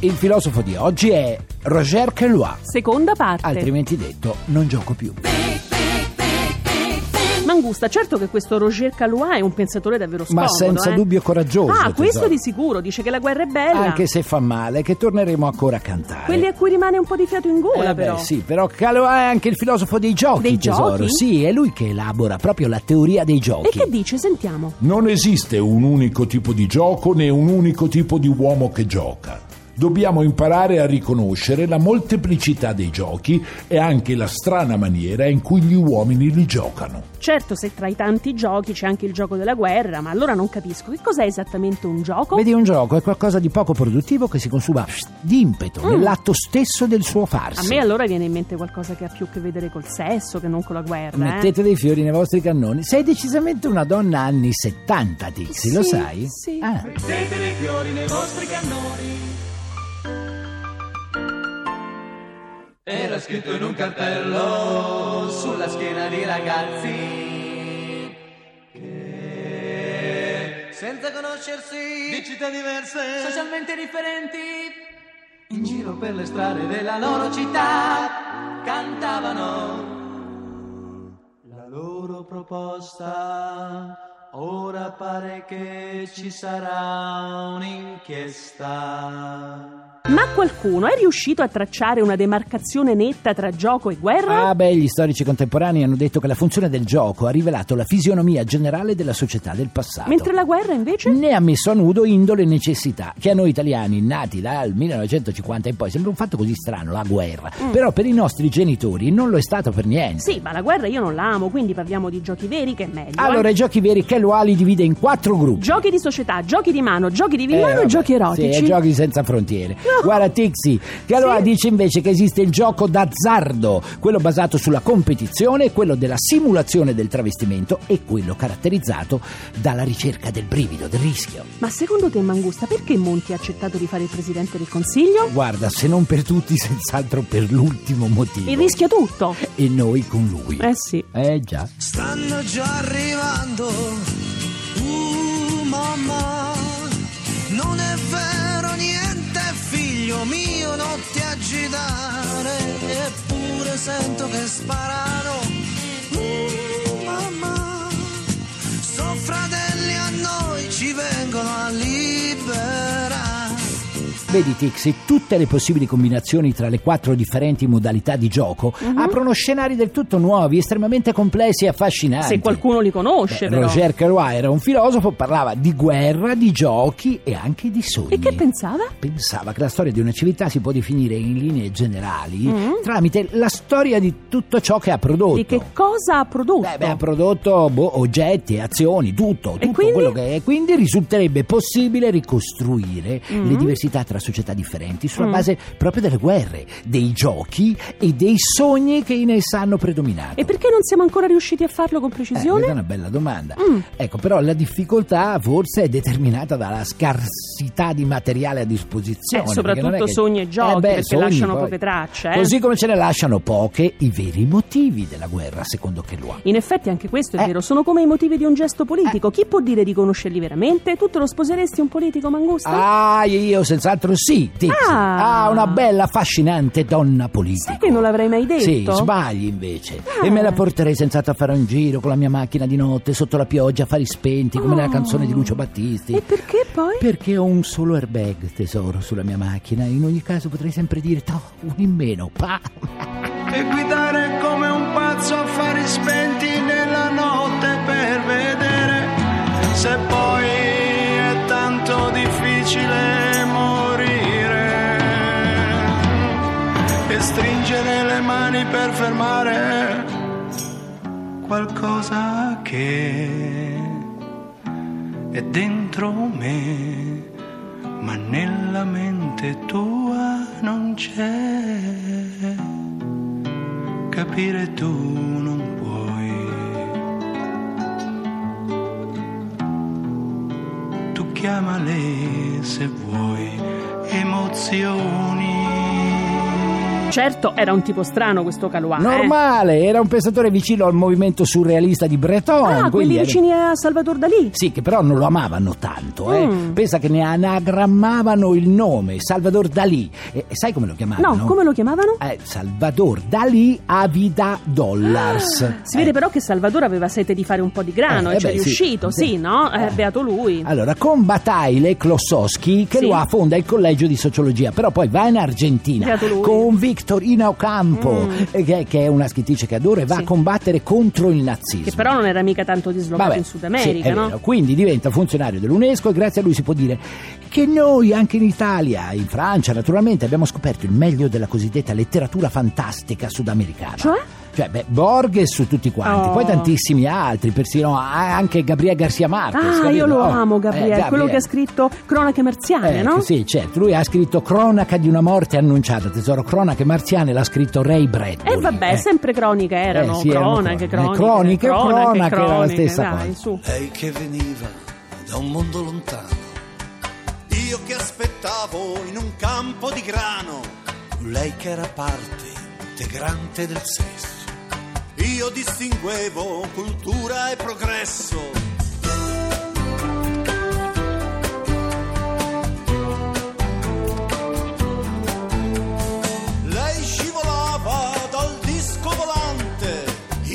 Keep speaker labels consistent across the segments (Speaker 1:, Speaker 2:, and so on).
Speaker 1: Il filosofo di oggi è Roger Quelois,
Speaker 2: Seconda parte.
Speaker 1: altrimenti detto non gioco più.
Speaker 2: Mangusta, certo che questo Roger Calois è un pensatore davvero scomodo.
Speaker 1: Ma senza
Speaker 2: eh.
Speaker 1: dubbio coraggioso.
Speaker 2: Ah, questo
Speaker 1: tesoro.
Speaker 2: di sicuro, dice che la guerra è bella.
Speaker 1: Anche se fa male, che torneremo ancora a cantare.
Speaker 2: Quelli a cui rimane un po' di fiato in gola,
Speaker 1: Eh beh,
Speaker 2: però.
Speaker 1: sì, però Calo è anche il filosofo dei giochi,
Speaker 2: Dei
Speaker 1: tesoro.
Speaker 2: giochi?
Speaker 1: Sì, è lui che elabora proprio la teoria dei
Speaker 2: E
Speaker 1: giochi.
Speaker 2: che dice? Sentiamo.
Speaker 3: Non esiste un unico tipo di gioco né un unico tipo di uomo che gioca. Dobbiamo imparare a riconoscere la molteplicità dei giochi e anche la strana maniera in cui gli uomini li giocano.
Speaker 2: Certo, se tra i tanti giochi c'è anche il gioco della guerra, ma allora non capisco. Che cos'è esattamente un gioco?
Speaker 1: Vedi, un gioco è qualcosa di poco produttivo che si consuma psh, d'impeto
Speaker 2: Mm.
Speaker 1: nell'atto stesso del suo
Speaker 2: A
Speaker 1: farsi.
Speaker 2: me allora viene in mente qualcosa che ha più a che vedere col sesso che non con la guerra. eh.
Speaker 1: Mettete dei fiori nei vostri cannoni. Sei decisamente una donna anni 70, Tixi, lo
Speaker 2: Sì,
Speaker 1: sai?
Speaker 2: sì.
Speaker 1: Ah.
Speaker 4: Era scritto in un cartello sulla schiena di ragazzi che senza conoscersi di città diverse, socialmente differenti, in giro per le strade della loro città cantavano la loro proposta. Ora pare che ci sarà un'inchiesta.
Speaker 2: Ma qualcuno è riuscito a tracciare una demarcazione netta tra gioco e guerra?
Speaker 1: Ah beh, gli storici contemporanei hanno detto che la funzione del gioco ha rivelato la fisionomia generale della società del passato.
Speaker 2: Mentre la guerra invece?
Speaker 1: Ne ha messo a nudo indole e necessità, che a noi italiani nati dal 1950 in poi sembra un fatto così strano, la guerra. Però per i nostri genitori non lo è stato per niente.
Speaker 2: Mm. Sì, ma la guerra io non la amo, quindi parliamo di giochi veri che è meglio. eh.
Speaker 1: Allora, i giochi veri che lo ha li divide in quattro gruppi.
Speaker 2: Giochi di società, giochi di mano, giochi di
Speaker 1: Eh,
Speaker 2: villano e
Speaker 1: vabbè,
Speaker 2: giochi erotici.
Speaker 1: Sì, e giochi senza frontiere. Guarda, Tixi, che allora
Speaker 2: Sì.
Speaker 1: dice invece che esiste il gioco d'azzardo, quello basato sulla competizione, quello della simulazione del travestimento e quello caratterizzato dalla ricerca del brivido, del rischio.
Speaker 2: Ma secondo te, Mangusta, perché Monti ha accettato di fare il presidente del consiglio?
Speaker 1: Guarda, se non per tutti, senz'altro per l'ultimo motivo.
Speaker 2: E rischia tutto.
Speaker 1: E noi con lui.
Speaker 2: Eh sì.
Speaker 1: Eh già.
Speaker 5: Stanno già arrivando. Uh, mamma, non è vero niente, figlio mio, non ti agitare. Eppure sento che sparano. Uh, mamma, sono fratelli a noi, ci vengono a liberare.
Speaker 1: Vedi Tixi, tutte le possibili combinazioni tra le quattro differenti modalità di gioco
Speaker 2: Mhm.
Speaker 1: aprono scenari del tutto nuovi, estremamente complessi e affascinanti.
Speaker 2: Se qualcuno li conosce,
Speaker 1: Beh,
Speaker 2: però.
Speaker 1: Roger Carois era un filosofo, parlava di guerra, di giochi e anche di sogni.
Speaker 2: E che pensava?
Speaker 1: Pensava che la storia di una civiltà si può definire in linee generali tramite la storia di tutto ciò che ha prodotto.
Speaker 2: Mm. Di che cosa ha prodotto?
Speaker 1: Beh, beh, ha prodotto boh, oggetti, azioni, tutto, tutto
Speaker 2: quindi?
Speaker 1: quello che è. Quindi risulterebbe possibile ricostruire
Speaker 2: Mm.
Speaker 1: le diversità tra società differenti sulla base proprio delle guerre, dei giochi e dei sogni che in essa hanno predominato.
Speaker 2: e perché non siamo ancora riusciti a farlo con
Speaker 1: Eh, questa è
Speaker 2: precisione?
Speaker 1: una bella domanda.
Speaker 2: Mm.
Speaker 1: Ecco, però la difficoltà forse è determinata dalla scarsità di materiale a disposizione.
Speaker 2: Eh,
Speaker 1: perché
Speaker 2: soprattutto
Speaker 1: non è che-
Speaker 2: sogni e giochi,
Speaker 1: Eh, beh,
Speaker 2: perché
Speaker 1: sogni,
Speaker 2: lasciano
Speaker 1: poi.
Speaker 2: poche tracce. eh.
Speaker 1: Così come ce ne lasciano poche i veri motivi della guerra, secondo Kelloa.
Speaker 2: In effetti anche questo è
Speaker 1: Eh.
Speaker 2: vero, sono come i motivi di un gesto politico. Chi può dire di conoscerli veramente? Tu te lo sposeresti un politico mangusta?
Speaker 1: Ah, io senz'altro sì, Tixi.
Speaker 2: Ah.
Speaker 1: Ah, una bella, affascinante donna politica.
Speaker 2: Sai che non l'avrei mai detto?
Speaker 1: Sì, sbagli invece.
Speaker 2: Ah.
Speaker 1: E me la porterei senz'altro a fare un giro con la mia macchina di notte, sotto la pioggia, a fari spenti, come
Speaker 2: Oh.
Speaker 1: nella canzone di Lucio Battisti.
Speaker 2: E perché poi?
Speaker 1: Perché ho un solo airbag, tesoro, sulla mia macchina. In ogni caso potrei sempre dire, "Toh, uno in meno, pa.
Speaker 5: e guidare come un pazzo a fare spenti nella notte per vedere se poi è tanto difficile morire e stringere le mani per fermare qualcosa che è dentro me, ma nella mente tua non c'è. Capire tu non puoi. Tu chiama lei se vuoi emozioni.
Speaker 2: Certo, era un tipo strano questo Caluà. eh.
Speaker 1: Normale, era un pensatore vicino al movimento surrealista di Breton.
Speaker 2: Ah,
Speaker 1: quindi
Speaker 2: quelli
Speaker 1: era-
Speaker 2: vicini a Salvador Dalì.
Speaker 1: Sì, che però non lo amavano tanto, eh.
Speaker 2: Mm.
Speaker 1: Pensa che ne anagrammavano il nome, Salvador Dalì. E, e sai come lo
Speaker 2: No,
Speaker 1: chiamavano?
Speaker 2: come lo chiamavano?
Speaker 1: Ah, Eh, Salvador Dalì Avida Dollars.
Speaker 2: Ah, Si vede
Speaker 1: Eh.
Speaker 2: però che Salvador aveva sete di fare un po' di grano
Speaker 1: Eh,
Speaker 2: e
Speaker 1: eh
Speaker 2: ci è
Speaker 1: beh, sì.
Speaker 2: riuscito, sì,
Speaker 1: Sì.
Speaker 2: no? Eh,
Speaker 1: Eh.
Speaker 2: beato lui.
Speaker 1: Allora, con Bataille Klossowski, che
Speaker 2: Sì.
Speaker 1: lo affonda il collegio di sociologia, però poi va in Argentina
Speaker 2: Beato lui.
Speaker 1: con Victorina Ocampo,
Speaker 2: Mm.
Speaker 1: eh, che, che è una scrittrice che adoro, e va
Speaker 2: Sì.
Speaker 1: a combattere contro il nazismo.
Speaker 2: Che però non era mica tanto dislocato
Speaker 1: Vabbè,
Speaker 2: in Sud America,
Speaker 1: sì, è
Speaker 2: no?
Speaker 1: vero. Quindi diventa funzionario dell'UNESCO e grazie a lui si può dire che noi anche in Italia, in Francia naturalmente, abbiamo scoperto il meglio della cosiddetta letteratura fantastica sudamericana.
Speaker 2: Cioè?
Speaker 1: Cioè, beh, Borges su tutti quanti,
Speaker 2: Oh.
Speaker 1: poi tantissimi altri, persino a- anche Gabriele Garcia Marquez.
Speaker 2: Ah,
Speaker 1: capito?
Speaker 2: io lo
Speaker 1: Oh,
Speaker 2: amo,
Speaker 1: eh,
Speaker 2: Gabriele, quello che ha scritto Cronache Marziane,
Speaker 1: Ecco,
Speaker 2: no?
Speaker 1: Sì, certo, lui ha scritto Cronaca di una morte annunciata, tesoro, Cronache marziane, l'ha scritto Ray Bradbury.
Speaker 2: E vabbè,
Speaker 1: eh.
Speaker 2: sempre croniche erano,
Speaker 1: Eh, sì, erano
Speaker 2: cronache,
Speaker 1: cronache.
Speaker 2: cronache,
Speaker 1: Croniche, cronache, era la stessa
Speaker 2: dai,
Speaker 1: cosa.
Speaker 2: su.
Speaker 6: Lei che veniva da un mondo lontano. Io che aspettavo in un campo di grano. Lei che era parte integrante del sesso. Io distinguevo cultura e progresso. Lei scivolava dal disco volante.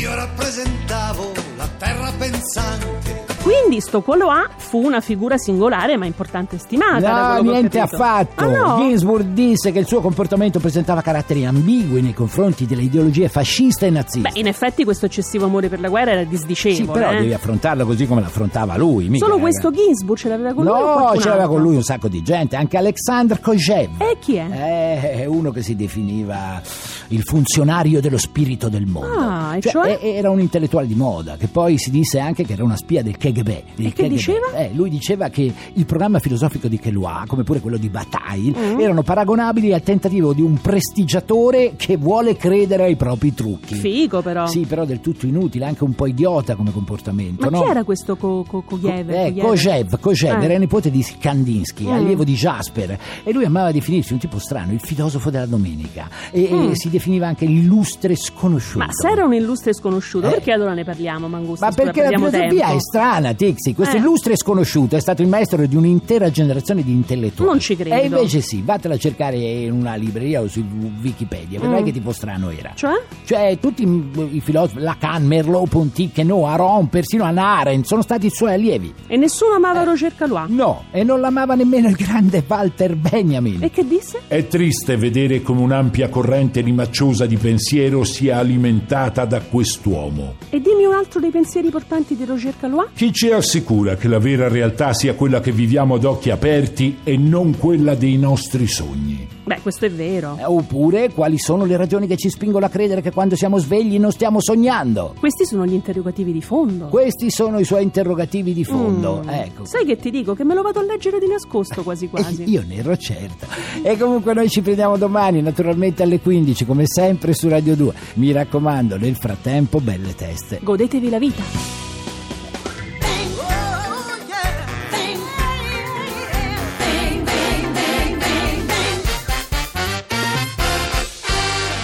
Speaker 6: Io rappresentavo la terra pensante.
Speaker 2: Quindi sto Coloà fu una figura singolare ma importante e stimata. da
Speaker 1: No,
Speaker 2: quello che ho
Speaker 1: niente
Speaker 2: capito.
Speaker 1: affatto.
Speaker 2: Ah, no?
Speaker 1: Ginsburg disse che il suo comportamento presentava caratteri ambigui nei confronti delle ideologie fascista e nazista.
Speaker 2: Beh, in effetti questo eccessivo amore per la guerra era
Speaker 1: sì,
Speaker 2: disdicevole.
Speaker 1: però
Speaker 2: eh.
Speaker 1: devi affrontarlo così come l'affrontava lui. mica,
Speaker 2: Solo
Speaker 1: raga.
Speaker 2: questo Ginsburg ce l'aveva con lui o
Speaker 1: No,
Speaker 2: qualcun
Speaker 1: ce l'aveva
Speaker 2: altro?
Speaker 1: con lui un sacco di gente, anche Alexander Kojev.
Speaker 2: E chi è?
Speaker 1: Eh, è uno che si definiva il funzionario dello spirito del mondo.
Speaker 2: Ah, e cioè?
Speaker 1: e- Era un intellettuale di moda, che poi si disse anche che era una spia del KGB. del
Speaker 2: E che diceva?
Speaker 1: Eh, lui diceva che il programma filosofico di Kelois, come pure quello di Bataille,
Speaker 2: Mm.
Speaker 1: erano paragonabili al tentativo di un prestigiatore che vuole credere ai propri trucchi.
Speaker 2: Figo però.
Speaker 1: Sì, però del tutto inutile, anche un po' idiota come comportamento.
Speaker 2: Ma
Speaker 1: no?
Speaker 2: chi era questo co- co- Kogiev?
Speaker 1: Eh,
Speaker 2: Kogiev?
Speaker 1: Kojev, Kojev
Speaker 2: Eh.
Speaker 1: era nipote di Kandinsky,
Speaker 2: Mm.
Speaker 1: allievo di Jasper, e lui amava definirsi un tipo strano, il filosofo della domenica, e, e
Speaker 2: Mm.
Speaker 1: si definiva anche l'illustre sconosciuto.
Speaker 2: Ma se era un illustre sconosciuto,
Speaker 1: Eh.
Speaker 2: perché allora ne parliamo, Mangusta?
Speaker 1: Ma
Speaker 2: Scusa,
Speaker 1: perché la
Speaker 2: perdiamo
Speaker 1: filosofia
Speaker 2: tempo.
Speaker 1: è strana, Tixi? Questo
Speaker 2: Eh.
Speaker 1: illustre sconosciuto è stato il maestro di un'intera generazione di intellettuali.
Speaker 2: Non ci credo.
Speaker 1: E invece sì, vattela a cercare in una libreria o su Wikipedia, vedrai
Speaker 2: Mm.
Speaker 1: che tipo strano era.
Speaker 2: Cioè?
Speaker 1: Cioè, tutti i filosofi, Lacan, Merleau, Ponty, Queneau, Aron, persino Hannah Arendt, sono stati i suoi allievi.
Speaker 2: E nessuno amava Roger Calois.
Speaker 1: No, e non l'amava nemmeno il grande Walter Benjamin.
Speaker 2: E che disse?
Speaker 3: È triste vedere come un'ampia corrente rimacciosa di pensiero sia alimentata da quest'uomo.
Speaker 2: E dimmi un altro dei pensieri portanti di Roger Calois?
Speaker 3: Chi ci assicura che la vera realtà sia quella che viviamo ad occhi aperti e non quella dei nostri sogni?
Speaker 2: Beh, questo è vero.
Speaker 1: Eh, Oppure, quali sono le ragioni che ci spingono a credere che quando siamo svegli non stiamo sognando?
Speaker 2: Questi sono gli interrogativi di fondo.
Speaker 1: Questi sono i suoi interrogativi di fondo.
Speaker 2: Mm.
Speaker 1: Ecco.
Speaker 2: Sai che ti dico? Che me lo vado a leggere di nascosto quasi quasi.
Speaker 1: Eh, Io ne ero certo. E comunque noi ci prendiamo domani, naturalmente alle 15, come sempre su Radio 2. Mi raccomando, nel frattempo, belle teste.
Speaker 2: Godetevi la vita.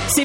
Speaker 2: Se